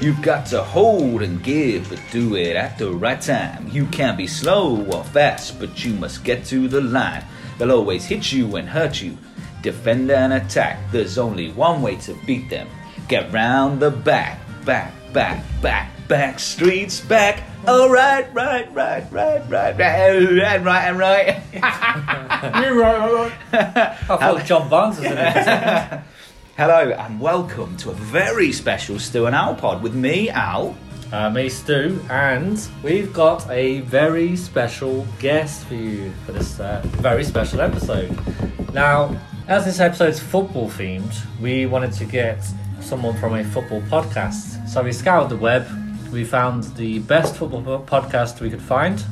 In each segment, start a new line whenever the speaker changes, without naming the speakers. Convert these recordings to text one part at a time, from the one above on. You've got to hold and give, but do it at the right time. You can be slow or fast, but you must get to the line. They'll always hit you and hurt you. Defend and attack, there's only one way to beat them. Get round the back, back, back, back, back, streets back. Oh, right, right, right, right, right, right, and right, and right.
You're right, right, right. I thought John Barnes was in it.
Hello, and welcome to a very special Stu and Al pod with me, Al.
Uh, me, Stu, and we've got a very special guest for you for this uh, very special episode. Now, as this episode's football themed, we wanted to get someone from a football podcast. So we scoured the web, we found the best football po- podcast we could find.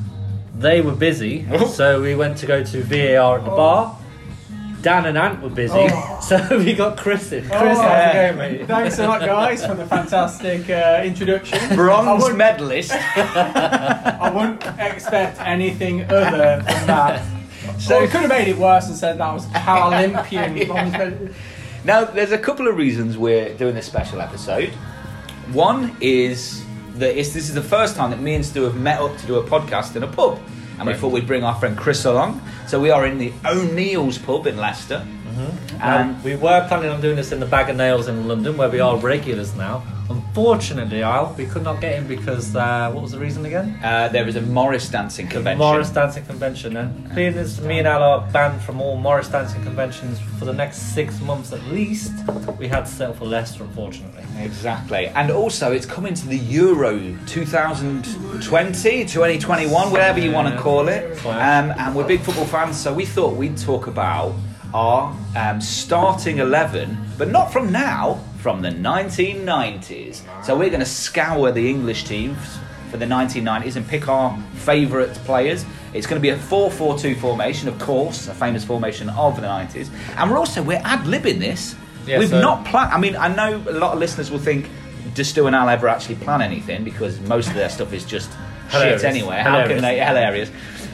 They were busy, so we went to go to VAR at the bar. Dan and Ant were busy, so we got Chris in. Chris, how's it going, mate?
Oh, Thanks a lot, guys, for the fantastic uh, introduction. I
Bronze
wouldn't,
medalist.
I wouldn't expect anything other than that. So we could have made it worse and said that was Paralympian. bronze medal.
Now, there's a couple of reasons we're doing this special episode. One is that it's, this is the first time that me and Stu have met up to do a podcast in a pub. And we
Right.
thought we'd bring our friend Chris along. So we are in the O'Neill's pub in Leicester.
Um,
And
we were planning on doing this in the Bag of Nails in London, where we are regulars now. Unfortunately, Al, we could not get in because uh, what was the reason again?
uh, there is a Morris dancing convention.
Morris Dancing Convention. And being as me and Al are banned from all Morris Dancing Conventions for the next six months at least, we had to settle for Leicester, unfortunately.
Exactly. And also, it's coming to the Euro 2020, 2021, whatever you want to call it. Um, and we're big football fans, so we thought we'd talk about our um, starting 11, but not from now, from the 1990s. So we're going to scour the English teams for the 1990s and pick our favourite players. It's going to be a 4-4-2 formation, of course, a famous formation of the 90s. And we're also, we're ad-libbing this.
Yeah,
We've
so-
not plan. I mean, I know a lot of listeners will think, does Stu and Al ever actually plan anything? Because most of their stuff is just
Hilarious.
shit anyway. How can
Hilarious.
they? Hilarious.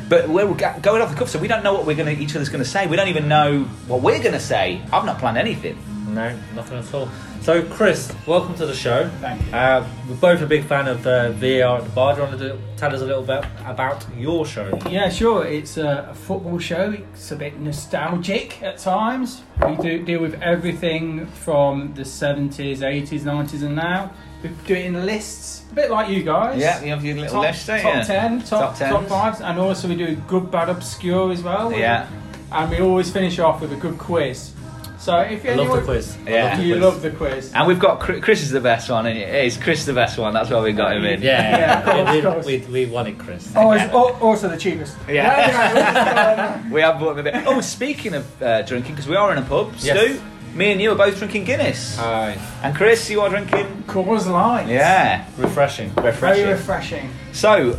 But we're ga- going off the cuff, so we don't know what we're going to each other's going to say. We don't even know what we're going to say. I've not planned anything.
No, nothing at all. So, Chris, welcome to the show.
Thank you.
Uh, we're both a big fan of uh, VAR at the bar. Do you want to do, tell us a little bit about your show?
Yeah, sure. It's a, a football show. It's a bit nostalgic at times. We do deal with everything from the 70s, 80s, 90s, and now. We do it in lists, a bit like you guys.
you have your
top, top 10, top,
Top
top,
10s.
5s, and also we do good, bad, obscure as well.
Yeah.
And we always finish off with a good quiz. So if
I
anyone,
love the quiz. I
Yeah.
the
You
quiz.
love the quiz.
And we've got Chri- Chris is the best one, isn't he? It's Chris the best one. That's why we got him in.
Yeah,
Yeah,
we-
of course.
we, we, we wanted Chris.
Always, Oh, al- also the cheapest. Yeah. uh,
We have bought him a bit. Oh, speaking of uh, drinking, because we are in a pub,
Yes. Uh.
Stu, me and you are both drinking Guinness.
Aye.
and Chris, you are drinking.
Cause light.
Yeah.
Refreshing.
Very
Refreshing.
refreshing.
So,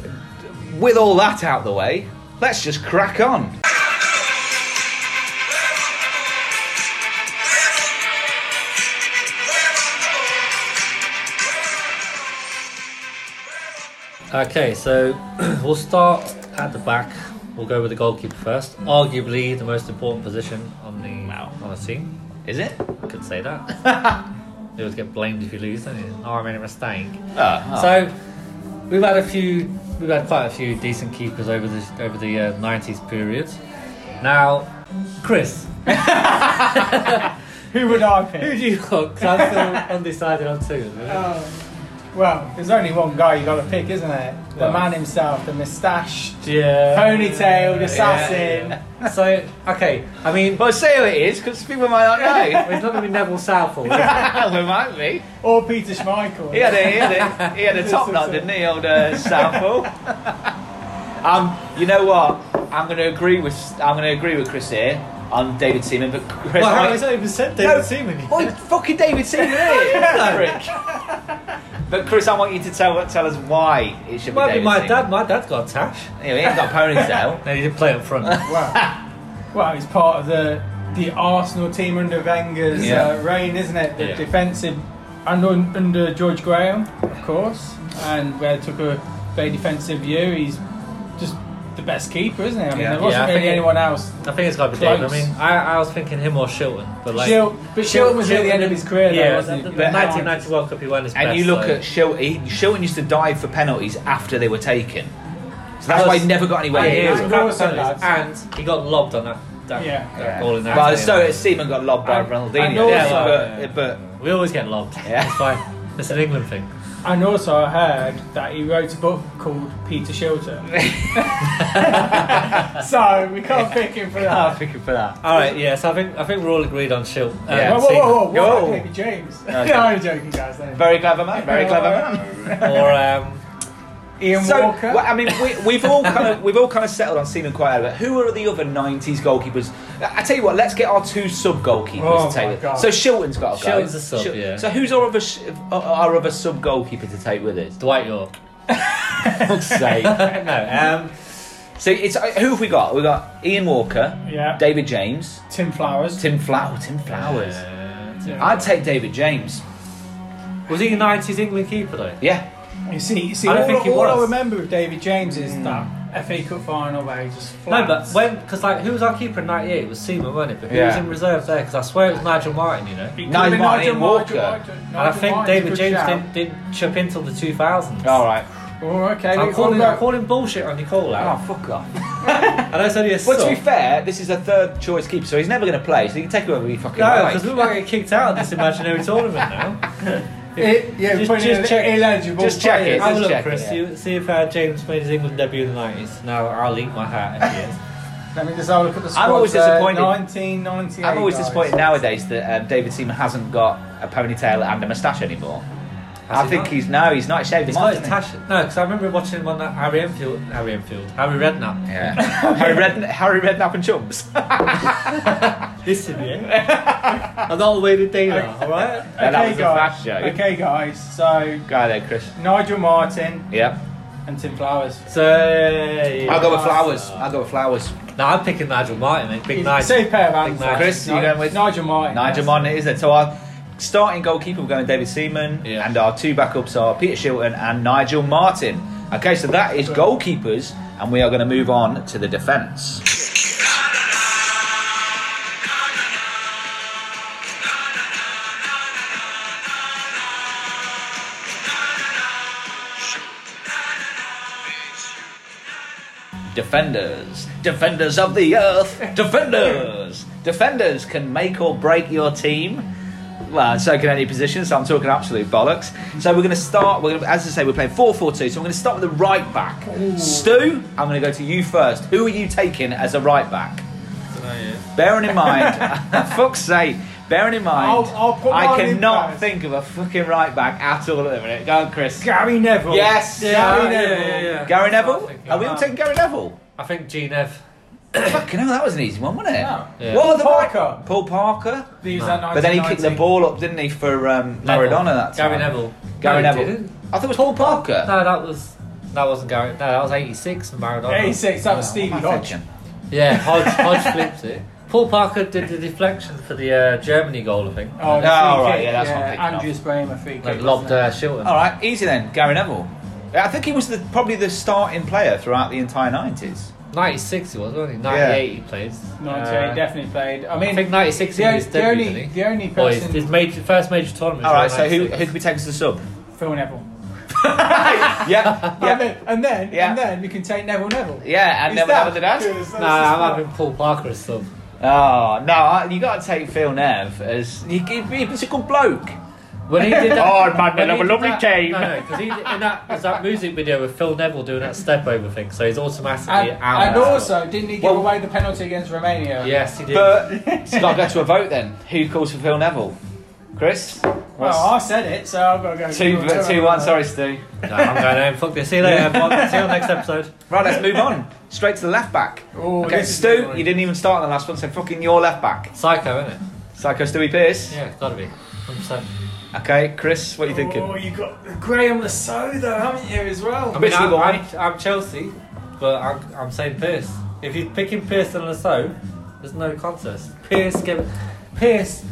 with all that out the way, let's just crack on.
Okay, so we'll start at the back. We'll go with the goalkeeper first. Arguably the most important position on the on the team.
Is it?
I could say that. you always get blamed if you lose, don't you? Oh, I made a mistake.
Oh,
So we've had a few, we've had quite a few decent keepers over the over the uh, '90s period. Now, Chris,
Who would I
who do
pick?
you hook? 'Cause I'm still undecided on two. at the minute.
Uh, well, there's only one guy you got to pick, isn't there? The
Well.
man himself, the moustache,
Yeah.
ponytailed assassin.
So okay, I mean,
But say who it is, because people might not know.
it's not gonna be Neville Southall. is it?
we might be.
Or Peter Schmeichel.
He had a, he had a, he had a top knot, didn't he, old uh, Southall? um, you know what? I'm going to agree with I'm going to agree with Chris here on David Seaman, but Chris.
Well,
might-
Harry's not even said David
No.
Seaman. yet.
Oh, it's fucking David Seaman, isn't it? But Chris, I want you to tell tell us why it should be
Might be
David
my
Seaman.
dad. My dad's got a tash.
Anyway, he ain't got a ponytail.
No, he didn't play up front.
Well, well, he's part of the the Arsenal team under Wenger's
Yeah.
uh, reign, isn't it? The
Yeah.
defensive and un, under George Graham, of course, and where took a very defensive view. He's just the best keeper, isn't he? I mean,
Yeah.
there wasn't
Yeah, I
really
think-
anyone else.
I think it's got to be David. I
Close.
mean, I, I was thinking him or Shilton, but like
Shil- but Shilton was near the end of his career, though,
yeah,
wasn't
the,
he?
the
But-
1990 World Cup he won his
And
best,
you look
so-
at Shilton, he- Shilton used to dive for penalties after they were taken. So that's why he never got anywhere
Yeah, he
near
was
them.
crap
also
penalties, and he got lobbed on that, that,
Yeah.
that
Yeah.
goal in that.
Well,
game.
so Seaman got lobbed by
And-
Ronaldinho.
and also-
yeah, but, but
we always get lobbed.
Yeah.
It's fine. It's an England thing.
And also, I heard that he wrote a book called Peter Shilton. so we can't pick him for that.
thinking for that.
All right, yeah. So I think I think we're all agreed on Shilton. Uh,
Yeah.
Whoa, whoa, whoa, whoa!
Go.
What about Baby James?
Okay.
no, I'm joking, guys. no.
Very clever man. Very clever man.
Seaman. Or um,
Ian
So,
Walker.
well, I mean, we, we've all kind of we've all kind of settled on Seaman quite early. But who are the other '90s goalkeepers? I I tell you what, let's get our two sub goalkeepers.
Oh
to take
my
with.
God.
So Shilton's got to go.
Shilton's a sub,
Shil-
yeah.
So who's our other sh- our other sub goalkeeper to take with us?
Dwight York.
Fuck's sake.
no, um,
So it's uh, who have we got? We have got Ian Walker,
yeah.
David James,
Tim Flowers.
Tim Flow, Tim Flowers.
Uh,
Yeah.
I'd take David James.
was he a 90s England keeper though?
Yeah.
You see, you see
I
all,
don't think he
all I
was.
remember of David James is
Hmm.
that FA Cup final where he just
No, but
flats.
when because like who was our keeper in '98? It was Seaman, wasn't it? But who
Yeah.
was in reserve there? Because I swear it was Nigel Martin, you know.
He
No, he
could've been
might,
Nigel
Ian
Martin,
Walker.
Nigel-
And I
Nigel
think
Martin's a
David
good
James
shout.
didn't, didn't chip in till the 2000s.
All right.
Oh, okay.
I'm
we've
calling,
got-
I'm calling bullshit on your call out.
Oh fuck off.
And I said yes.
Well, to be fair, this is a third choice keeper, so he's never going to play. So you can take whoever you fucking
No,
like.
because we might get kicked out of this imaginary tournament now.
It, yeah,
Just-
just, putting
just
in
check-
eligible
just check it.
players.
Have a
just
look,
check
Chris.
it,
see- See if uh, James made his England debut in the 90s. Now I'll eat my hat if he is.
Let me just have a look at the squad.
I'm always disappointed.
1998.
I'm always
guys.
disappointed nowadays that um, David Seaman hasn't got a ponytail and a moustache anymore.
Has
I
he
think
not?
he's no, he's not shaved.
It's
him off,
not his
hasn't he?
tash. No, because I remember watching one that Harry Enfield, Harry Enfield, Harry Redknapp.
Yeah. Harry, Red, Harry Redknapp and Chums.
Listen, yeah. I'm not away to do that, alright?
No, that was a
guys.
fast show.
Okay, guys. So
Guy there, Chris.
Nigel Martin
Yep.
and Tim Flowers.
So
I'll go with flowers. I'll go with flowers.
No, I'm picking Nigel Martin, mate. Big Nigel.
Safe pair of
Big
hands.
Nigel.
Chris, you going with-
Nigel Martin?
Nigel
yes.
Martin it is it? So our starting goalkeeper we're going David Seaman,
Yeah.
and our two backups are Peter Shilton and Nigel Martin. Okay, so that is goalkeepers, and we are going to move on to the defence. Defenders, defenders of the earth, defenders, defenders can make or break your team. Well, so can any position. So I'm talking absolute bollocks. So we're going to start. We're gonna, as I say, we're playing 4-4-2. So I'm going to start with the right back. Stu, I'm going to go to you first. Who are you taking as a right back? Bearing in mind, fuck's sake. Bearing in mind,
I'll- I'll put
I
mine in
cannot
first.
think of a fucking right back at all at the minute. Go on, Chris.
Gary Neville.
Yes.
Gary
Yeah, yeah,
Neville.
yeah, yeah.
Gary Neville. Are we all
Um,
taking Gary Neville?
I think G Nev.
Fucking hell, that was an easy one, wasn't it?
No.
Yeah.
What are the
Paul
right-
Parker.
Paul Parker.
These are
But then he kicked the
1990.
ball up, didn't he, for um,
Neville.
Maradona that time?
Gary Neville.
Gary
No, he
Neville.
didn't.
I thought it was Paul Parker.
No, that was that wasn't Gary. No, that was '86 and Maradona.
86.
Oh,
That was Stevie
What am I
Hodge.
thinking?
Yeah, Hodge, Hodge flips it. Paul Parker did the deflection for the uh, Germany goal, I think.
Oh, the
Oh,
free
right,
kick,
yeah, that's what I'm thinking of.
Andrews Bremer free kick.
Like
wasn't
lobbed
it?
uh, Shilton.
All right, easy then. Gary Neville. Yeah, I think he was the, probably the starting player throughout the entire 90s.
96 he was, wasn't he? 98 he played.
98
Uh,
definitely played. I
I,
mean,
think 96
the,
he was
the
debut, didn't
only
he?
the only
Well, his,
person
his major, first major tournament.
All right,
was
so who,
96.
who do we take as the sub?
Phil Neville.
yeah,
And
yeah,
then and then,
Yeah.
and then we can take Neville Neville.
yeah, and
Is
Neville
that-
Neville the dad.
Because that's
Nah,
just-
I'm having Paul Parker as sub.
Oh, no, I- you got to take Phil Nev as. He, he, he's a good bloke.
When he did that,
Oh, man, they'll
when he
have a
did
lovely
that-
team.
No, no, because in that, there's that music video with Phil Neville doing that step over thing, so he's
And,
automatically out.
and also, didn't he give
Well-
away the penalty against Romania?
yes, he did.
But it's got to go to a vote then. Who calls for Phil Neville? Chris?
Well, I said it, so I've got to go.
two, two, one, sorry, Stu.
no, I'm going home. Fuck this. See you later. everyone. See you on the next episode.
Right, let's move on. Straight to the left back.
Ooh,
okay,
Oh, this is
Stu,
annoying.
you didn't even start on the last one, so fucking your left back.
Psycho, isn't it?
Psycho Stewie Pierce.
Yeah, it's got to be. 100%.
Okay, Chris, what are you thinking?
Oh, you got Graham Lasso though, haven't you as well?
I mean,
Which
I'm,
one?
I'm, I'm Chelsea, but I'm, I'm saying Pierce. If you're picking Pierce and Lasso, there's no contest. Pierce gave Pierce.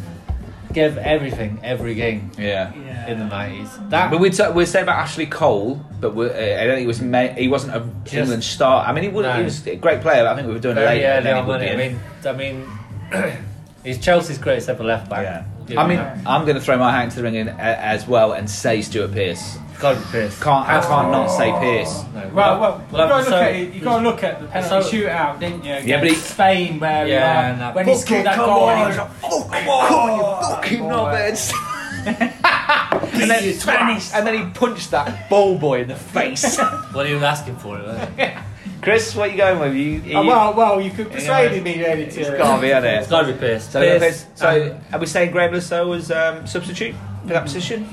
give everything every game
Yeah.
Yeah.
in the nineties. That
But we t- we say about Ashley Cole, but we're, uh, I don't think he was ma- he wasn't a
Just-
England star. I mean, he, would, he
No.
was a great player. But I think we were doing
very
later.
early
than he
on,
would
wasn't it?
be.
I mean, I mean, he's Chelsea's greatest ever left back.
yeah.
You
I mean,
know,
I'm going to throw my hat into the ring in, a as well and say Stuart Pearce.
God, Pierce.
Can't I can't not say Pearce.
No,
Well, well, you
Well,
gotta
so-
look at it. You gotta look at the penalty
so-
shootout, didn't you?
Yeah, but
against
he-
Spain, where
Yeah,
we
no.
are, when he
Fuck it,
scored that
come
goal,
on.
he was like,
Oh, come on, you fucking
boy.
knobheads. and, then,
You
twat, and then he punched that ball boy in the face.
what are you asking for? It, wasn't it?
Chris, what are you going with? You,
oh,
you-
well, well, you could persuade
Yeah.
me really to.
it's got to be on it.
it's got to be Pierce.
So,
Pierce,
Pierce, so
um,
are we saying Graham Lasso was um, substitute for that position?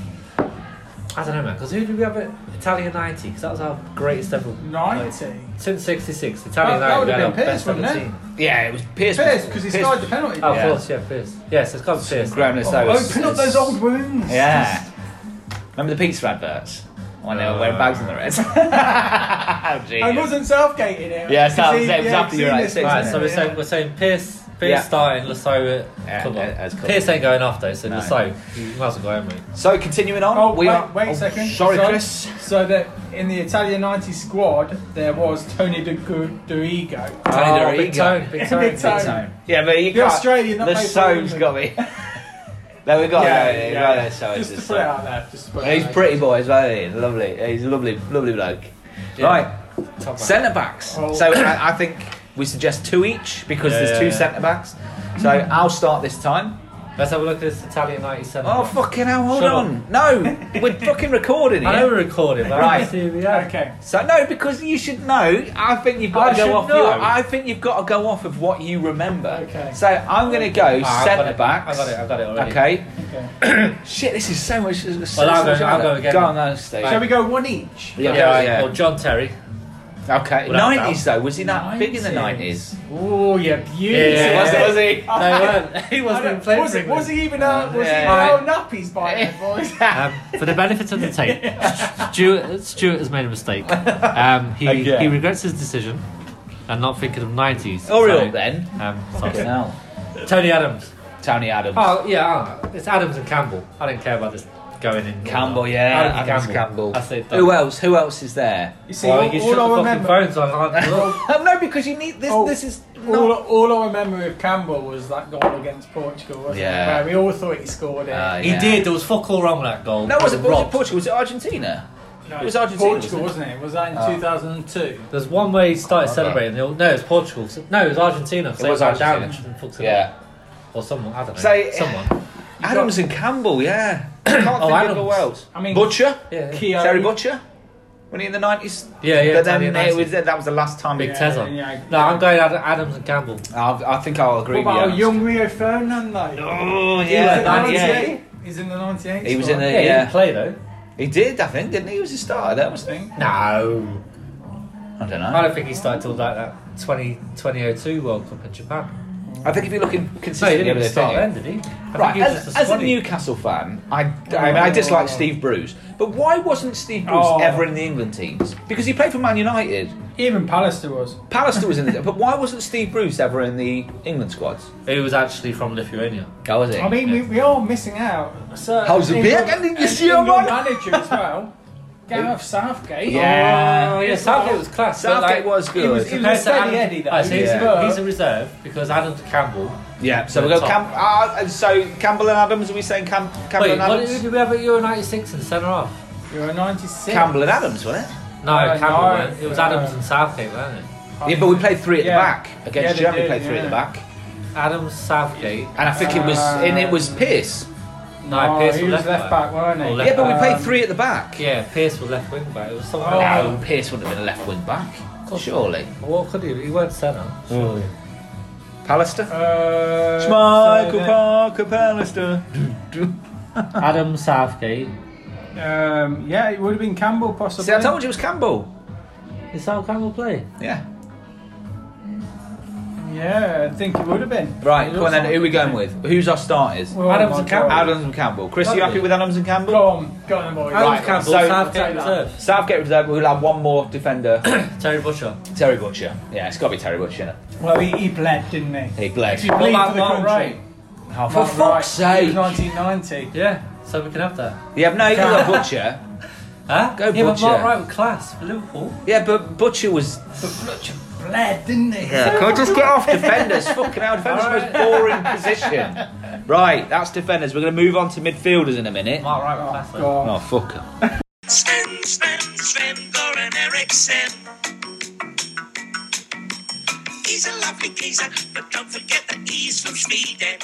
I don't know, man. Because who did we have at Italian '90? Because that was our greatest ever.
Ninety.
Since '66, Italian
That-
'90.
that would've
we had
been
our
Pierce,
best ever
wouldn't it?
team.
Yeah, it was Pierce.
Pierce, because he
Pierce-
scored the penalty.
Oh,
Yeah.
of course, yeah, Pierce. Yes, it's got to be Pierce.
Graham Lasso. was-
Open up those old wounds.
Yeah. Remember the pizza adverts when they were wearing bags in the red? How
I
genius.
wasn't self-gating it.
Yeah, so-
Because he-
so
yeah,
exactly
he'd seen
right,
this
so
before.
Right, so we're
Yeah.
saying, we're saying Pierce, Pierce
Yeah.
starting, Lasso.
Yeah,
at come on.
as cool.
Pierce ain't going off though, so
No.
Lasso, you might as well go in, mate.
So continuing on,
Oh,
we
wait,
are.
wait a
oh,
second.
Sorry,
Sorry.
Chris.
So that in the Italian 90s squad, there was Tony De Gu- Durigo.
Tony
oh,
Dorigo.
big tone, big
Big
tone. big
tone.
tone.
So, yeah, but you
The
can't.
Australian that
the
plays for
so's
England.
got me. there we go. Yeah, yeah, So
Just to put it out there. Just to put it
He's
out there.
pretty boy as well. Isn't he? Lovely. He's a lovely, lovely bloke.
Yeah.
Right,
Top man.
centre backs.
Oh.
So I, I think we suggest two each because
Yeah,
there's
yeah,
two
yeah.
centre backs. So I'll start this time.
Let's have a look at this Italian 97.
Oh fucking hell! Hold
Shut up.
on. No, we're fucking recording
I know
here.
we're recording, but
Right.
I see we are.
Okay.
So no, because you should know. I think you've
I
got to
should
go off.
know.
Your, I think you've got to go off of what you remember.
Okay.
So I'm going to go
Ah, I've got
centre
it,
backs.
I got it, I got it already.
Okay.
Okay.
Shit, this is so much. So
Well, I'll
so
go-
much
I'll
harder.
go again.
Go on, then, Steve.
Shall we go one each?
Yeah,
Yeah,
yeah.
Or John Terry.
Okay.
Without
Nineties though, was he that big in the
90s?
nineties?
Oh, yeah, beauty.
Yeah.
Was, was he?
No, he weren't. He
I
wasn't
don't-
even playing
was,
for
he, was
England.
he even out? Was
Yeah.
he even out nappies by then, boys?
Um, for the benefit of the tape, Stuart, Stuart has made a mistake. Um, he,
Again.
he regrets his decision and not thinking of 90s.
Oriel
so,
then.
Um,
Fucking
sorry.
hell.
Tony Adams.
Tony Oh, Adams.
Oh, yeah, oh, it's Adams and Campbell. I don't care about this going in.
Campbell, yeah.
Adams and
Adams
Campbell. That's it, done.
Who else? Who else is there?
You see,
Well,
all,
you
all
shut the
I
fucking
remember,
phones on. I can't look.
Oh, no, because you need this.
Oh.
This is
all,
not.
all I remember of Campbell was that goal against Portugal, wasn't
Yeah.
it? Where we all thought he scored it.
Uh,
He
yeah.
did. There was fuck all wrong with that goal.
No, was it, was it
Robbed.
Portugal? Was it Argentina?
no,
it was Argentina,
Portugal, wasn't it? Was that in
Oh.
2002?
There's one way he started
Okay.
celebrating. He'll- No, it's Portugal. No, it was Argentina. So it
was
was Argentina.
Argentina.
fucks it up.
Yeah.
Or someone. I don't know.
Say-
someone.
Adams and Campbell. Yeah. Can't think of
Adams.
who else.
I mean,
Butcher.
Yeah. yeah.
Keogh-
Terry Butcher. When he in the nineties.
Yeah, yeah.
but then
Italian
it
accent.
was, that was the last time.
Big
he-
Yeah,
Tezza.
yeah.
No, I'm going Ad- Adams and Campbell.
I, I think I'll
What
agree
about
with you.
young Rio Ferdinand, though?
Oh
He was
yeah,
in the
98.
98. He's in the 98.
He was in
squad.
the-
Yeah, he
yeah.
didn't play though.
He did, I think, didn't he? He was a starter. That was.
thing.
No.
I don't
I
know.
don't think he started till like that 20, 2002 World Cup in Japan.
I think if you're looking
No, he
consistently
didn't
over
even
the thing,
start then, did he? I think
right?
he was
As,
just
as a
squaddy.
Newcastle fan, I, I mean, I dislike
Oh.
Steve Bruce, but why wasn't Steve Bruce
Oh.
ever in the England teams? Because he played for Man United.
Even Pallister was.
Pallister was in the, but why wasn't Steve Bruce ever in the England squads?
He was actually from Lithuania.
Oh, was he?
I mean, we, we are missing out. So,
How's it
and
been?
your-
And did you
and
see
your
him on?
manager as well. Gareth Southgate.
Yeah.
Oh, yeah, Southgate was class. but,
Southgate
like,
was
He was,
good.
he was
Compared
a
to
steady
Adam-
Eddie, though.
Oh, so he's,
Yeah.
a,
But-
he's a reserve because Adam Campbell.
yeah. So we go
Top.
Cam. Uh, so Campbell and Adams. Are we saying Cam, Campbell
Wait,
and
what
Adams?
did we have at Euro 96 in centre half?
You're a 96.
Campbell and Adams, wasn't it?
No,
Uh,
Campbell.
no,
weren't. it was
no.
Adams and Southgate, weren't it?
Yeah, but we played three at
Yeah.
the back against
Yeah, they
Germany.
did,
played three at the
yeah.
back,
Adams, Southgate.
and I think it was
Uh,
and it was Pierce.
No,
Oh,
Pierce
he
was
was left back, weren't
Or
he?
left
Yeah, but we played
Um,
three at the back.
Yeah, Pierce was left wing back. It was someone.
Oh.
else.
No, Pierce wouldn't have been a left wing back. Surely.
What could he? He weren't centre. Surely.
Pallister?
Uh, so then-
Parker Pallister.
Adams, Southgate.
Um, yeah, it would have been Campbell possibly.
See, I told you it was Campbell.
Did South Campbell play?
Yeah.
Yeah, I think it would have been.
Right,
It
come on
looks
then,
like-
who are we going with? Who's our starters?
Well,
Adams
my
and Campbell.
God.
Adams and Campbell. Chris, you
Lovely.
happy with Adams and Campbell?
Go on, go on, boys.
Right,
Adams, Campbell,
so-
Southgate,
I'll take
reserve.
Southgate reserve, we'll have one more defender.
Terry Butcher.
Terry Butcher. Yeah, it's got to be Terry Butcher.
Well, he, he bled, didn't he?
He bled.
He bled
about
for the
Mark
country.
Wright?
Oh, for
Mark
fuck's
Wright,
sake!
1990.
Yeah, so we can have that.
Yeah, no, you got Butcher.
Huh?
Go
yeah, but
Butcher.
Mark Wright with class for Liverpool.
Yeah, but Butcher was.
But Butcher bled, didn't he?
Can we just get off defenders? Fucking hell, defenders
All
the most boring position. Right, that's defenders. We're going to move on to midfielders in a minute.
Mark Wright with
Oh,
class. though.
God.
Oh, fuck 'em.
Sven, Sven, Sven Goran Eriksson. He's a lovely geezer, but don't forget that he's from Sweden.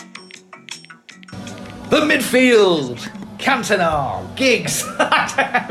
The midfield. Cantona, Giggs. For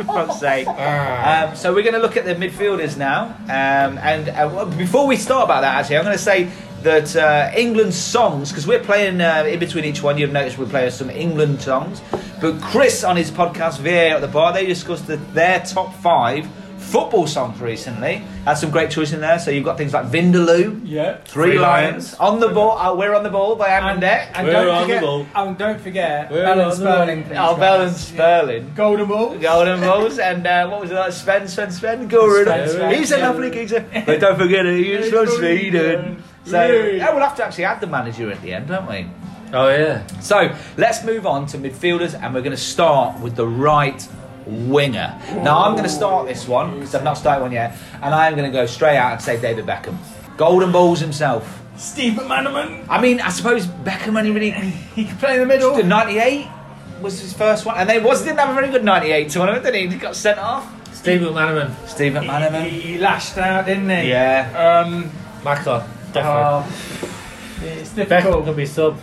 fuck's sake. Um, so we're going to look at the midfielders now. Um, and uh, well, before we start about that, actually, I'm going to say that uh, England songs, because we're playing uh, in between each one, you've noticed we're playing some England songs. But Chris on his podcast, VA at the Bar, they discussed the, their top five football songs recently. Had some great choices in there. So you've got things like Vindaloo,
Yeah.
Three,
Three
Lions,
Lions.
On the Ball, uh, We're on the Ball by
And,
Amandek.
and
We're
don't
on the
forget,
ball.
and don't forget,
We're
Alan
on the
Sperling.
ball.
please,
Oh,
guys.
Bell and Sperling.
Golden ball.
Golden Balls and uh, what was that? Sven, Sven, Sven, Guru.
Sven, Sven,
He's a
yeah.
lovely geezer. But don't forget it, he's from Sweden. So
Yeah.
yeah, we'll have to actually add the manager at the end, don't we?
Oh yeah.
So let's move on to midfielders and we're going to start with the right winger. Now I'm going to start this one because I've not started one yet and I'm going to go straight out and say David Beckham. Golden Balls himself.
Steve McManaman.
I mean, I suppose Beckham only really
He can play in the middle.
the 98 was his first one, and they was didn't have a very good 98 tournament, did he? He got sent off.
Steve McManaman.
Steve
He,
McManaman.
he, he lashed out, didn't he?
Yeah.
Um,
Macca. Definitely.
uh, it's
Beckham
difficult.
could be sub.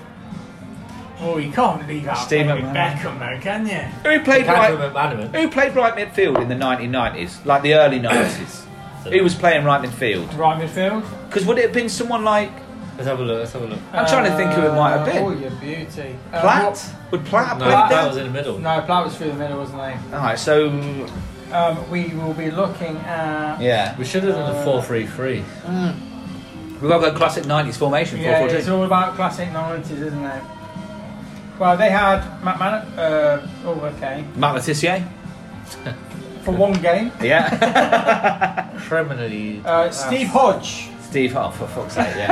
Oh, you can't leave out
Steve
David
McManaman.
Beckham, though, can you?
Who played
Beckham
right?
McManaman.
Who played right midfield in the 1990s, like the early 90s? who was playing right midfield?
Right midfield.
Because would it have been someone like?
Let's have a look. Let's have a look.
I'm trying to think who it might have
Oh,
been.
your beauty. Uh,
Platt?
what-
Would Platt have
No,
played
that
there?
was in the middle.
No, Platt was through the middle, wasn't
All right, so
he? Um, we will be looking at.
yeah,
We should have done a four-three-three.
we've got the classic 90s formation.
Yeah,
4-4-2.
it's all about classic 90s, isn't it? Well, they had McManaman. Uh, oh, okay.
Matt Letitia.
For one game,
Yeah.
Criminally.
uh, Steve Hodge.
Steve. Oh, for fuck's sake. Yeah.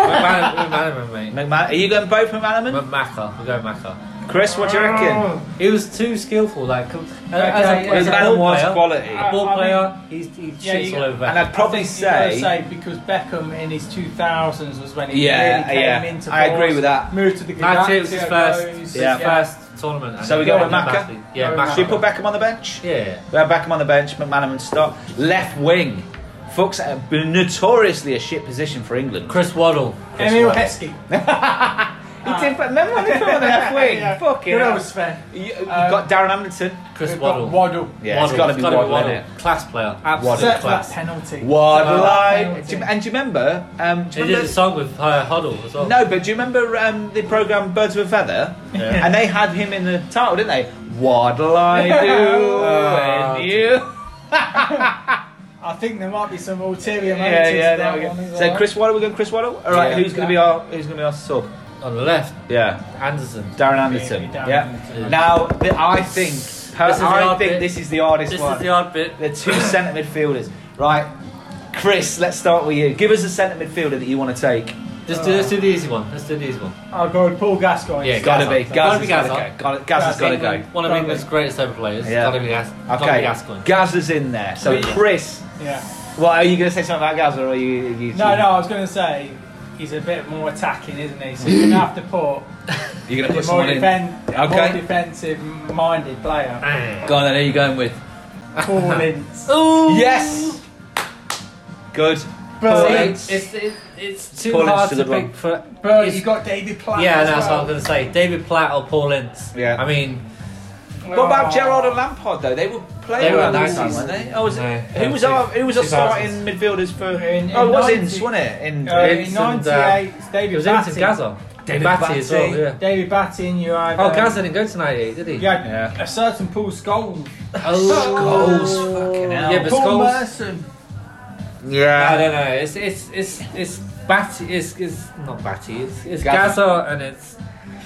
McManaman, McManaman, mate.
McMahon. Are you going both McManaman?
Macca. We're going Macca.
Chris, what do you reckon?
Oh,
He was too skillful. Like com- as
Okay,
a, as a
That
ball
was
player,
quality.
a ball
I mean-
player, he's, he shits
Yeah, you-
all over.
And I'd probably
I think
say,
you've gotta say because Beckham in his 2000s was when he
Yeah,
really came
yeah.
into
I
balls,
agree with that.
Moved to the
Matt Tibbs'
Galacticos,
first,
Yeah.
his first tournament. and
So we
he
go
won
with
it
Macca?
massively. Yeah,
Go with
Macca.
should we put Beckham on the bench?
Yeah.
We have Beckham on the bench, McManaman stop. Left wing. Fucks uh, notoriously a shit position for England.
Chris Waddle. Chris
Emil
Waddle.
Heskey.
He did, but remember when he put him on the left wing?
Yeah.
Fucking
Who
hell.
else, Sven?
You, uh, you
Um,
got Darren Hamilton.
Chris
We've got
Waddle.
Waddle.
Yeah, it's got to be Waddle, innit?
Class player.
Waddle.
Absolute
Except for that
class.
penalty.
Waddle.
Penalty.
Do you- And do you remember? Um, do
They
you
did
remember
the song with uh, Huddle as well.
no, but do you remember um, the programme Birds with a Feather?
Yeah.
And they had him in the title, didn't they? What'll I
Ah.
do when you...
I think there might be some ulterior
Yeah,
motives
yeah, there
to that
we
one
go.
as
So
well.
Chris Waddle, we're going Chris Waddle? Alright,
Yeah.
who's going to be our who's going to be our sub?
On the left,
Yeah.
Anderson.
Darren Anderson.
Really, Darren
yeah.
Anderson.
Now, th I think per-
This is the
I
odd
think
bit.
this is the hardest
This
one.
is the odd bit.
They're two centre midfielders, right? Chris, let's start with you. Give us a centre midfielder that you want to take.
Let's do, let's do the easy one. Let's do the easy one.
I'll go with Paul Gascoigne.
Yeah,
Gotta be.
Gazza.
Gazza's
Gotta be
gotta
Gazza.
go. Gotta- Gazza's got to go.
Gazza.
One of England's greatest ever players.
Yeah.
Gotta be Gas. Gotta be
Okay,
Gascoigne.
Gazza's in there. So
Really?
Chris,
Yeah.
what are you going to say something about Gazza, or are you? you
No, no, I was going to say he's a bit more attacking, isn't he? So you're going to have to put
You're going to
a
put
more,
someone in.
defen-
Okay.
more defensive minded player.
Ah.
Go on, then. Who are you going with?
Paul Ince.
Ooh.
Yes. Good.
But-
Paul Ince.
It's, it's, it's, it's too
Paul Ince
hard
is
to
a good
pick for.
But
it's-
you've got David Platt.
yeah,
as
that's what I
well.
was going to say. David Platt or Paul Ince.
Yeah.
I mean,
What about Gerard and Lampard though? They were playing
They were
around this
90s.
time, weren't they? Oh, was it,
No,
who was our who was our
2000s.
starting midfielders for?
In-
oh, it
in
was
90s.
Ince, wasn't it? In,
Uh, in
Ince and, uh,
98, David
it was
Batty.
Ince and Gaza.
David
Batty as well,
Batty.
yeah.
David Batty and you had.
Oh,
um,
Gaza didn't go to 98, did he?
You had
Yeah.
a certain Paul Scholes.
Oh.
Scholes, fucking hell.
Yeah, but
Paul
Scholes.
Merson.
I
yeah.
don't know.
Uh,
It's it's it's it's Batty. It's it's not Batty. It's it's
Gaza.
Gaza, and it's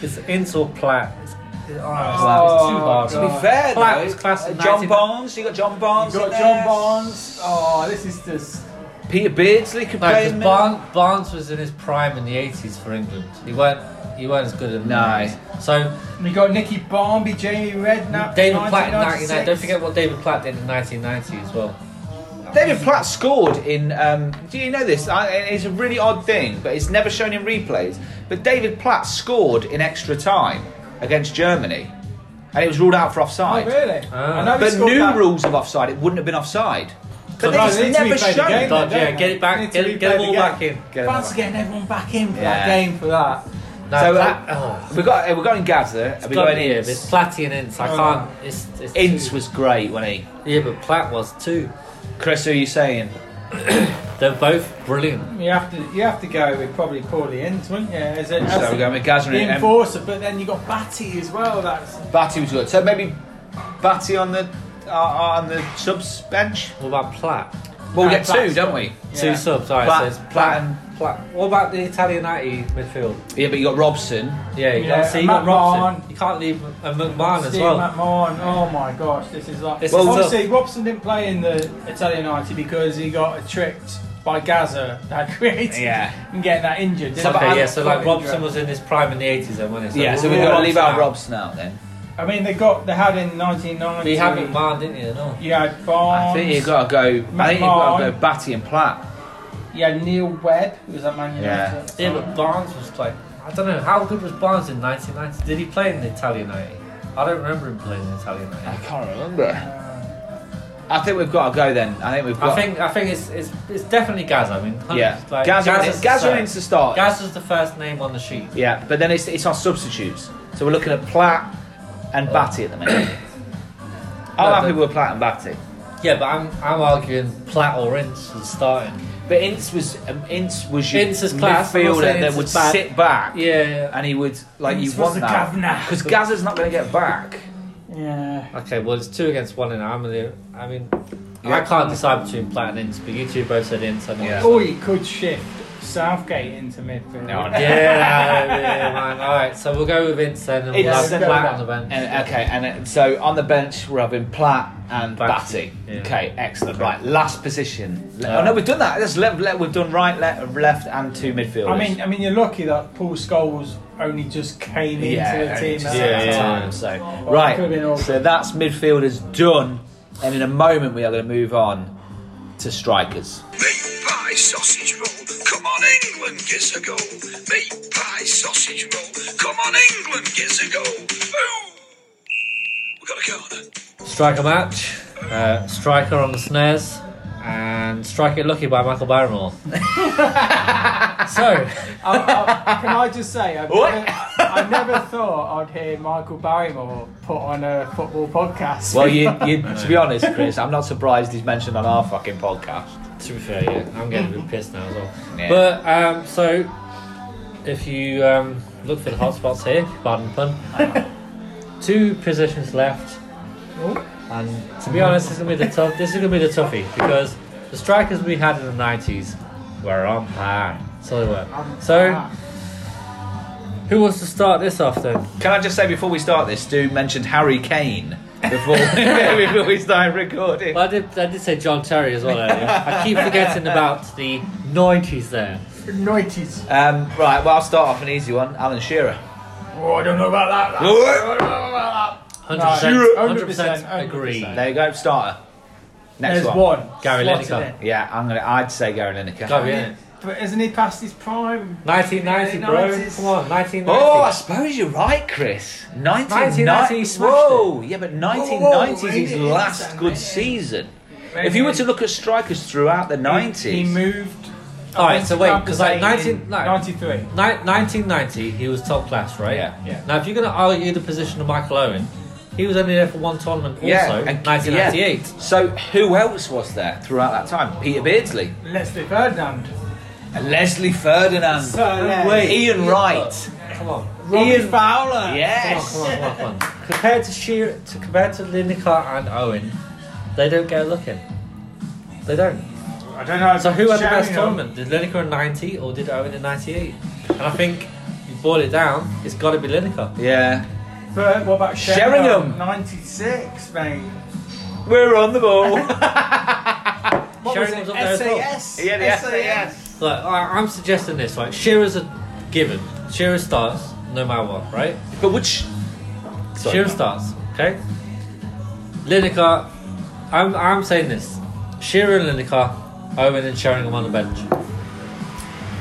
it's Intel Platt. It's, it's, oh,
Oh,
it's too
To
hard.
be fair,
Platt
though,
was class in
John
19
Barnes. You got John Barnes.
You got
in there.
John Barnes. Oh, this is just.
Peter Beardsley could
No,
play
because
in mid.
Barnes, was in his prime in the eighties for England. He weren't he weren't as good in
No.
the 90s. So
We got Nicky Barmby, Jamie Redknapp,
David Platt in 99.
1996.
Don't forget what David Platt did in 1990 as well.
David Platt scored in. Um, do you know this? I, it's a really odd thing, but it's never shown in replays. But David Platt scored in extra time against Germany, and it was ruled out for
Oh
offside.
really?
Ah.
I know he
But
scored
new
that.
rules of offside, it wouldn't have been offside. But
no,
it's
they need to
never
replay the
shown.
game.
Dodge,
don't
yeah,
they?
get it
Need
back,
to
get, it- get
replay
them all
the
back
game.
in.
Get it
Thanks
back.
for getting everyone back in for
Yeah.
that game for that.
No,
So,
Platt,
uh,
oh,
We got we got in Gaza and
it's
we got
got
in
me. It's
Ince.
Platty and Ince. I
Oh.
can't. It's, it's
Ince
too-
was great when he.
yeah, but Platt was too.
Chris, who are you saying?
They're both brilliant.
You have to you have to go with probably Paulie Ince, wouldn't you? As a, as
So we're going with Gaza
the
and um,
enforcer, but then you got Batty as well. That's
Batty was good. So maybe Batty on the uh, on the subs bench.
What about Platt?
Well, we
Uh,
get two,
Platt's
don't we?
Two
Yeah.
subs. All right,
Platt-
so it's
Platt
Platt.
and-
Platt. What about the Italian 90 midfield?
Yeah, but you got Robson.
Yeah, you
Yeah,
got, see, you
Matt
got Robson.
Mahon.
You can't leave a McMahon as
Steve
well.
McMahon. Oh my gosh, this is like.
This
is
obviously, Robson didn't play in the Italian 90 because he got tricked by Gaza that created
Yeah.
and getting that injured.
So,
didn't
okay,
he?
yeah, so like
Got injured.
Robson was in his prime in the 80s then, wasn't he?
yeah, so
we
we've
got
got to
Robson
leave out
out.
Robson out then.
I mean, they got they had in 1990.
But you had McMahon, didn't you? No.
You had Barnes.
I think you've got to go. I think you've got to go Batty and Platt.
You had Neil Webb, who was at Man United.
Yeah.
at the
Yeah,
time.
but Barnes was like, I don't know, how good was Barnes in 1990? Did he play in the Italian 90? I don't remember him playing in the Italian 90.
can't remember. I think we've got to go then. I think we've got.
I think I think it's it's, it's definitely Gaza. I mean,
Yeah.
like,
Gaza, Gaza
Gaza's
needs
the,
to start.
Gaza's the first name on the sheet.
Yeah, but then it's, it's on substitutes. So we're looking at Platt and Batty at the minute. I'm
No,
happy
but-
with Platt and Batty.
Yeah, but I'm I'm arguing Platt or Ince was starting.
But Ince was um, Ince was your
Ince is class, I'm not
midfielder
saying
that
Ince
would
is bad.
sit back
Yeah.
and he would like
Ince
you
was
want
the governor.
that because Gaza's not going to get back.
Yeah.
Okay, well it's two against one, and I'm the I mean,
Yeah.
I can't decide between Platt and Ince, but you two both said Ince. I know.
Yeah.
Or you Oh, could shift Southgate into midfield.
No, no.
Yeah, yeah, man. All right, so we'll go with Ince then, and we'll
Ince
have
and
Platt
Platt.
on the bench.
And, okay, and uh, so on the bench we're having Platt and Batty.
Batty, yeah. Uh,
Okay, excellent. Right, last position. Le-
Yeah.
oh no, we've done that. That's left, left, we've done right, left, left, and two midfielders.
I mean, I mean, you're lucky that Paul Scholes only just came into the team.
just
at
yeah,
that
at the
yeah.
time.
time, So
Well, it could've been
right,
awkward.
so that's midfielders done, and in a moment we are going to move on to strikers.
Meat pie sausage roll, come on England, gives a go. Meat pie sausage roll, come on England, gives a go. Ooh. We got a corner.
Striker match, uh, Striker on the snares, and Strike It Lucky by Michael Barrymore. so,
I, I, can I just say, I've
What?
never, I never thought I'd hear Michael Barrymore put on a football podcast.
Well, you, you to be honest, Chris, I'm not surprised he's mentioned on our fucking podcast.
to be fair, yeah, I'm getting a bit pissed now as well.
Yeah.
But, um, so, if you um, look for the hotspots here, pardon the pun, two positions left, and to be honest, this is gonna be the tough. This is gonna be the toughie because the strikers we had in the '90s were on par. So they were. So, who wants to start this off then?
Can I just say before we start this, Stu mentioned Harry Kane before before we started recording.
Well, I did, I did say John Terry as well earlier. I keep forgetting about the 90s there.
noises.
Um, right, well, I'll start off an easy one. Alan Shearer.
Oh, I don't know about that.
There
100%,
Right.
100% agree.
100%.
you go, starter. Next
There's
one.
one.
Gary
Slotted
Lineker.
it.
Yeah, I'm gonna. I'd say Gary Lineker.
Gotta be in it.
But isn't he past his prime?
1990, bro.
90s.
Come on, 1990.
Oh, I suppose you're right, Chris.
1990, he
1990.
smashed
Whoa, yeah, but 1990
Whoa,
is his
really?
last
Insane,
good
yeah.
season. If you were to look at strikers throughout the 90s,
He moved.
All right, so wait, 'cause like 19 no.
93.
Ni- 1990, he was top class, right?
Yeah.
Yeah.
Now, if you're going to argue the position of Michael Owen, he was only there for one tournament also,
yeah, and-
1998.
yeah. So who else was there throughout that time? Peter Beardsley,
Leslie Ferdinand.
and Leslie Ferdinand,
Sir Les.
Wait, Ian Wright.
Come on.
Ian Fowler.
Yes.
Oh, Come on, come on, come on. compared to Sheer, to, compared to Lineker and Owen, they don't get a look in. They don't.
I don't know.
So who had the
Sheringham.
best tournament? Did Lineker in 90 or did Owen in 98? And I think you boil it down, it's got to be Lineker.
Yeah.
But what about
Sheringham?
Sheringham? 96, mate.
We're on the ball.
What
Sharon was
was it?
up there as well.
SAS.
Yeah, the
SAS.
Look, I, I'm suggesting this, right? Shearer's a given. Shearer starts no matter what, right?
But which? Sorry,
Shearer
no.
starts, okay? Lineker, I'm, I'm saying this. Shearer and Lineker, Owen and Sheringham on the bench.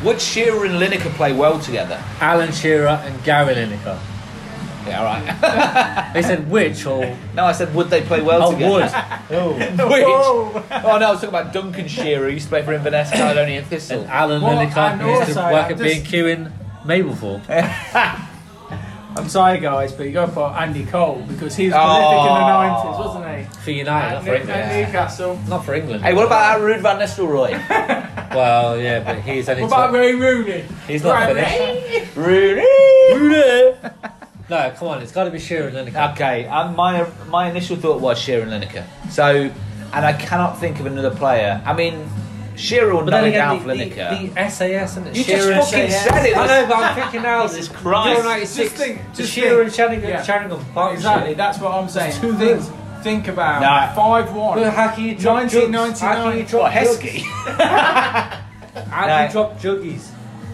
Would Shearer and Lineker play well together?
Alan Shearer and Gary Lineker.
Yeah, all right.
They said which or.
no, I said would they play well
Oh,
together?
would.
Which?
Whoa.
Oh no, I was talking about Duncan Shearer. He used to play for Inverness, Caledonia, and Thistle.
And Alan
Well,
Lineker,
and
who used to
also,
work
I'm
at
just-
B&Q in Mablethorpe.
Uh,
I'm sorry, guys, but you got to put Andy Cole because he was
Oh.
prolific in the 90s, wasn't he?
For United, not
And
for
New-
England.
and Newcastle.
Not for England.
Hey, what about that Ruud van Nistelrooy?
Well, yeah, but he's only.
What about
top-
Ray Rooney?
He's not
Ray
finished.
Rooney.
Rooney.
No, come on, it's got to be Shearer and Lineker.
Okay, and my my initial thought was Shearer and Lineker. So, and I cannot think of another player. I mean, Shearer will
But
knock
then
it
again,
down
the,
for Lineker.
the, the SAS and
You
Shearer
just
and
fucking
SAS.
said it.
I know, but I'm thinking now. This
Christ.
Euro 96.
Just think-
the
just
Shearer
think.
and Sheringham.
Yeah.
Sheringham partnership.
Exactly, that's what I'm saying.
too
Think,
good.
think about
Nah.
5 1.
But how can you drop
1999.
jugs? How can you
What
drop jugs?
Heskey?
How
No.
can you drop juggies?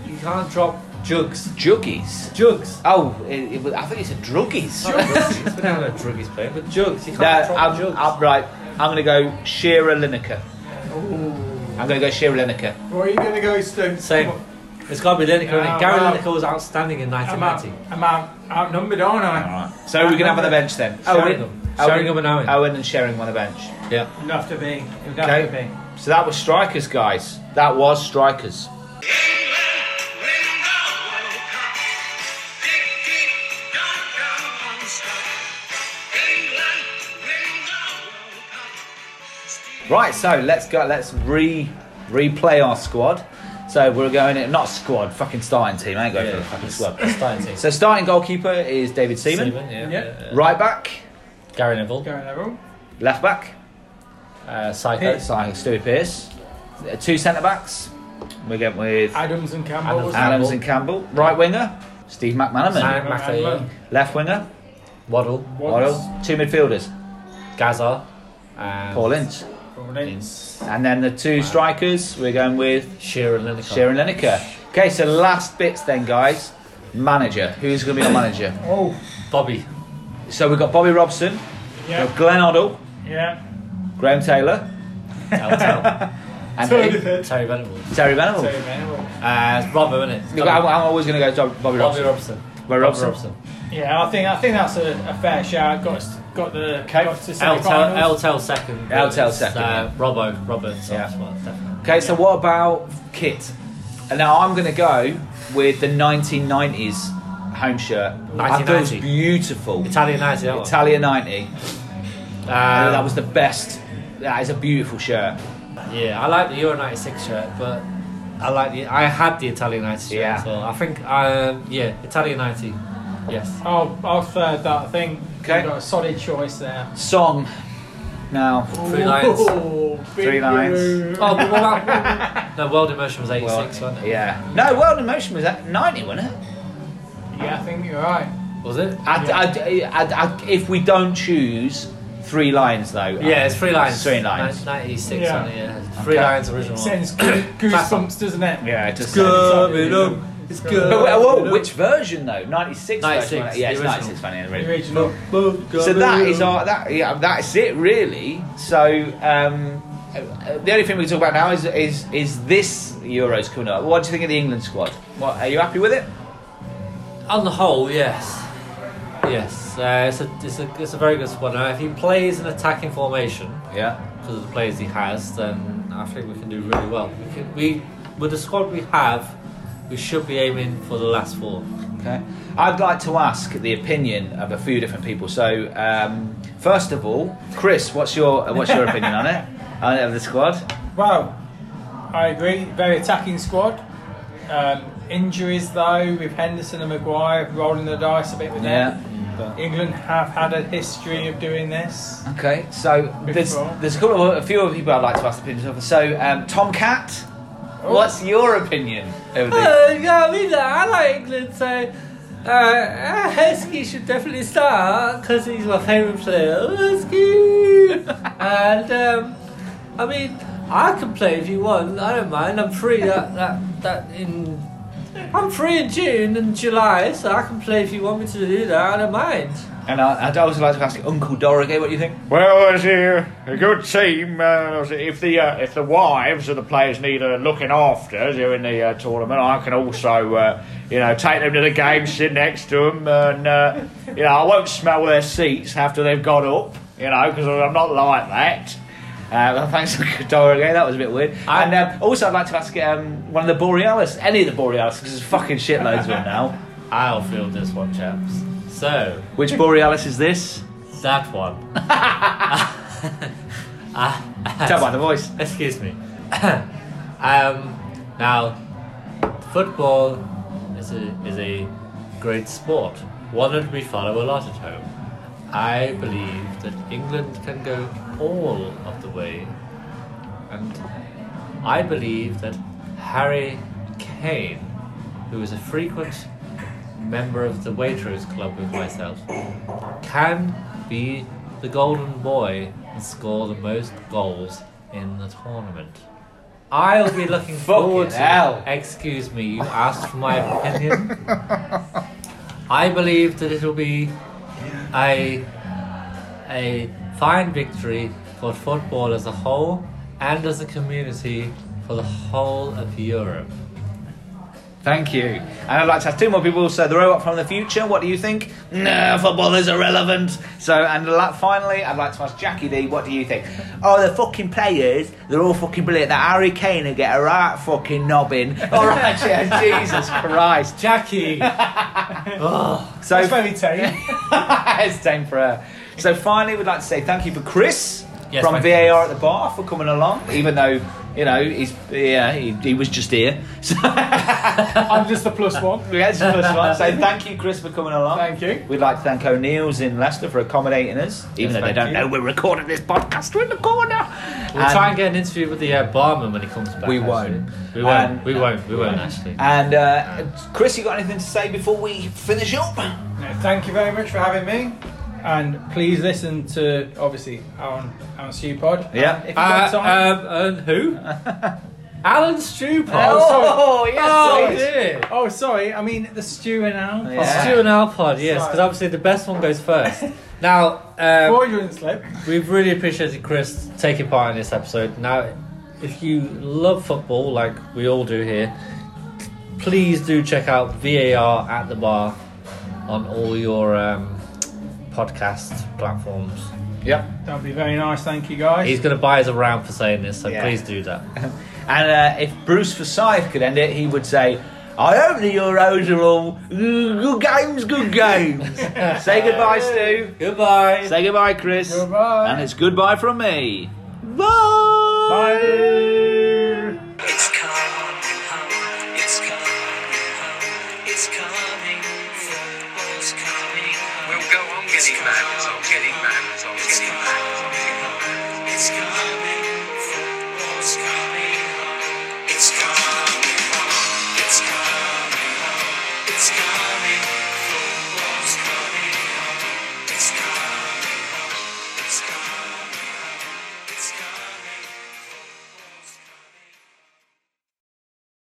You can't drop jugs.
Juggies.
Jugs.
Oh, it, it, was- I think it's a druggies.
Not druggies. We don't have no druggies playing, but jugs. You
No,
can't drop
I'm,
jugs.
I'm right. I'm gonna go Shearer Lineker. I'm gonna go Shearer Lineker.
Where are you going to go, Stu?
Same. It's got to be Lineker, isn't
No,
it? Gary
no.
Lineker was outstanding in
I'm, out,
1990.
I'm out, outnumbered, aren't I?
So we're gonna have on the bench then.
Sheringham. Sheringham and Oh, Owen.
Owen and Sheringham on the bench.
Yeah.
It'd have to be. It'd have to
Okay.
be.
So that was strikers, guys. That was strikers. Right, so let's go. Let's re replay our squad. So we're going in, not squad, fucking starting team. I ain't going for the fucking squad.
Starting team.
So starting goalkeeper is David Seaman.
Seaman, yeah.
Yeah.
yeah, yeah.
Right back,
Gary Neville.
Going level.
left back,
Uh, Psycho.
it's like Stewie Pearce. Uh, Two centre backs. We're going with
Adams and Campbell.
Adams.
was that?
Adams and Campbell. Right winger, Steve McManaman.
Sam Matty.
Left winger,
Waddle.
Waddle.
Once.
Two midfielders,
Gaza. um, And
Paul Ince.
Brilliant.
And then the two strikers, we're going with
Shearer and Lineker.
Sharon Lineker. Okay, so last bits then, guys. Manager. Who's going to be our manager?
Oh,
Bobby.
So we've got Bobby Robson, we've
yeah,
got Glenn Oddle,
yeah.
Graham Taylor,
Tell, tell.
and
Terry Venables.
Terry Venables.
So, anyway.
Uh, it's Robbo, isn't it?
Look, I'm, I'm always going to go to Bobby
Bobby
Robson.
Robson.
Bobby
Robson.
Robson.
Robson.
Yeah, I think I think that's a, a fair shout. Got us- got the got to
Eltel
semi-finals.
Eltel E second.
Eltel second,
Uh, Robbo. Roberts.
Yeah.
Yeah. Definitely.
Okay, so what about Kit? And now I'm going to go with the 1990s home shirt. I thought it was
1990.
beautiful.
Italian 90, that one.
Italia 90.
Uh,
that was the best. That is a beautiful shirt.
Yeah, I like the Euro 96 shirt, but I like the. I had the Italian 90 shirt
Yeah.
as well. I think, um, yeah, Italian 90. Yes.
I'll I'll third Oh, that. I think
Okay.
okay. got a solid choice there.
Song. Now,
Three lines.
Ooh, Oh, big
Three lines.
Euro.
Oh, but what about. no, World Immersion was 86,
well,
wasn't it?
yeah. No, World in Motion was at 90, wasn't it?
Yeah, I think you're right.
Was it?
I, I, I, I, if we don't choose three lines though,
Yeah, it's Three Lions.
um, Three Lions.
Nin- 96,
Yeah.
yeah. It? yeah. Three
Okay.
Lions original.
Sends goo- goosebumps, doesn't it?
yeah, just
Coming up, it's good.
But
Uh,
wait, whoa, which version though? Ninety six.
96,
Yeah, it's
the
ninety six.
original.
Funny.
The
Really.
original.
So that is our that yeah that's it really. So um, uh, the only thing we can talk about now is is is this Euros coming up. What do you think of the England squad? What are you happy with it?
On the whole, yes. Yes. Uh, it's, a, it's, a, it's a very good squad. Now, if he plays an attacking formation,
Yeah.
because of the players he has, then I think we can do really well. We, can, we with the squad we have, we should be aiming for the last four.
Okay. I'd like to ask the opinion of a few different people. So um, first of all, Chris, what's your what's your opinion on it? On of the squad?
Well, I agree. Very attacking squad. Um, injuries though, with Henderson and Maguire rolling the dice a bit with
Yeah.
them. England have had a history of doing this.
Okay, so there's
Before.
there's a couple of a few other people I'd like to ask opinions of. So um, Tom Cat, what's your opinion of
Uh.
the?
yeah, I mean, I like England, so uh, Heskey should definitely start because he's my favourite player. Heskey! and, um, I mean, I can play if you want. I don't mind. I'm free that that that in. I'm free in June and July, so I can play if you want me to do that. I don't mind.
And I, I'd also like to ask Uncle Dorogay, what do you think?
Well, it's a, a good team. Uh, if the uh, if the wives of the players need uh, looking after during the uh, tournament, I can also uh, you know take them to the game, sit next to them, and uh, you know I won't smell their seats after they've got up. You know because I'm not like that. Uh, well, thanks, Uncle Dorogay. That was a bit weird. and um, also, I'd like to ask um, one of the Borealis, any of the Borealis, because there's fucking shitloads of them now.
I'll field this one, chaps. So
Which Borealis is this?
that one.
Tell by the voice.
Excuse me. um, now, football is a, is a great sport, one that we follow a lot at home. I believe that England can go all of the way, and I believe that Harry Kane, who is a frequent member of the Waitrose Club with myself, can be the golden boy and score the most goals in the tournament. I'll be looking forward to.
hell.
Excuse me, you asked for my opinion. I believe that it'll be a a fine victory for football as a whole and as a community for the whole of Europe.
Thank you. And I'd like to ask two more people. So, the robot from the future, what do you think? No, football is irrelevant. So, and la- finally, I'd like to ask Jackie D, what do you think? Oh, the fucking players, they're all fucking brilliant. That Harry Kane will get a right fucking nobbing. All right, yeah, Jesus Christ.
Jackie!
So,
It's very tame.
it's time for her. So, finally, we'd like to say thank you for Chris
Yes,
from
thank
VAR
you,
at the bar for coming along, even though, you know, he's, yeah, he, he was just here. So,
I'm just a plus one.
Yeah, it's the first one. So thank you, Chris, for coming along.
Thank you.
We'd like to thank O'Neill's in Leicester for accommodating us, even though
Yes,
they
thank
don't
you.
know we're recording this podcast. We're in the corner.
We'll
And-
try and get an interview with the uh, barman when he comes back.
We
actually.
won't.
We won't.
And- uh,
we won't. We won't, actually.
And uh, Chris, you got anything to say before we finish up?
No, thank you very much for having me. And please listen to obviously Alan Alan Stewpod.
Yeah.
And If you
Uh,
got time,
um, and who? Alan Stupor.
Oh, yes,
oh
yes.
dear.
oh sorry, I mean the Stew and Alan.
Yeah.
Stu and Alpod, yes, because
Sorry.
obviously the best one goes first. now, um,
Before you didn't slip.
We've really appreciated Chris taking part in this episode. Now, if you love football like we all do here, please do check out VAR at the bar on all your um, podcast platforms.
Yep.
That'd be very nice. Thank you guys.
He's going to buy us around for saying this, so
Yeah.
please do that.
And uh, if Bruce Forsyth could end it, he would say, I hope the Euros are all good games, good games. say goodbye, Stu.
Goodbye.
Say goodbye, Chris.
Goodbye.
And it's goodbye from me. Bye. Bye.
It's coming home. It's coming home. It's coming. Football's coming. We'll go on getting mad. Getting mad. Getting mad. It's coming.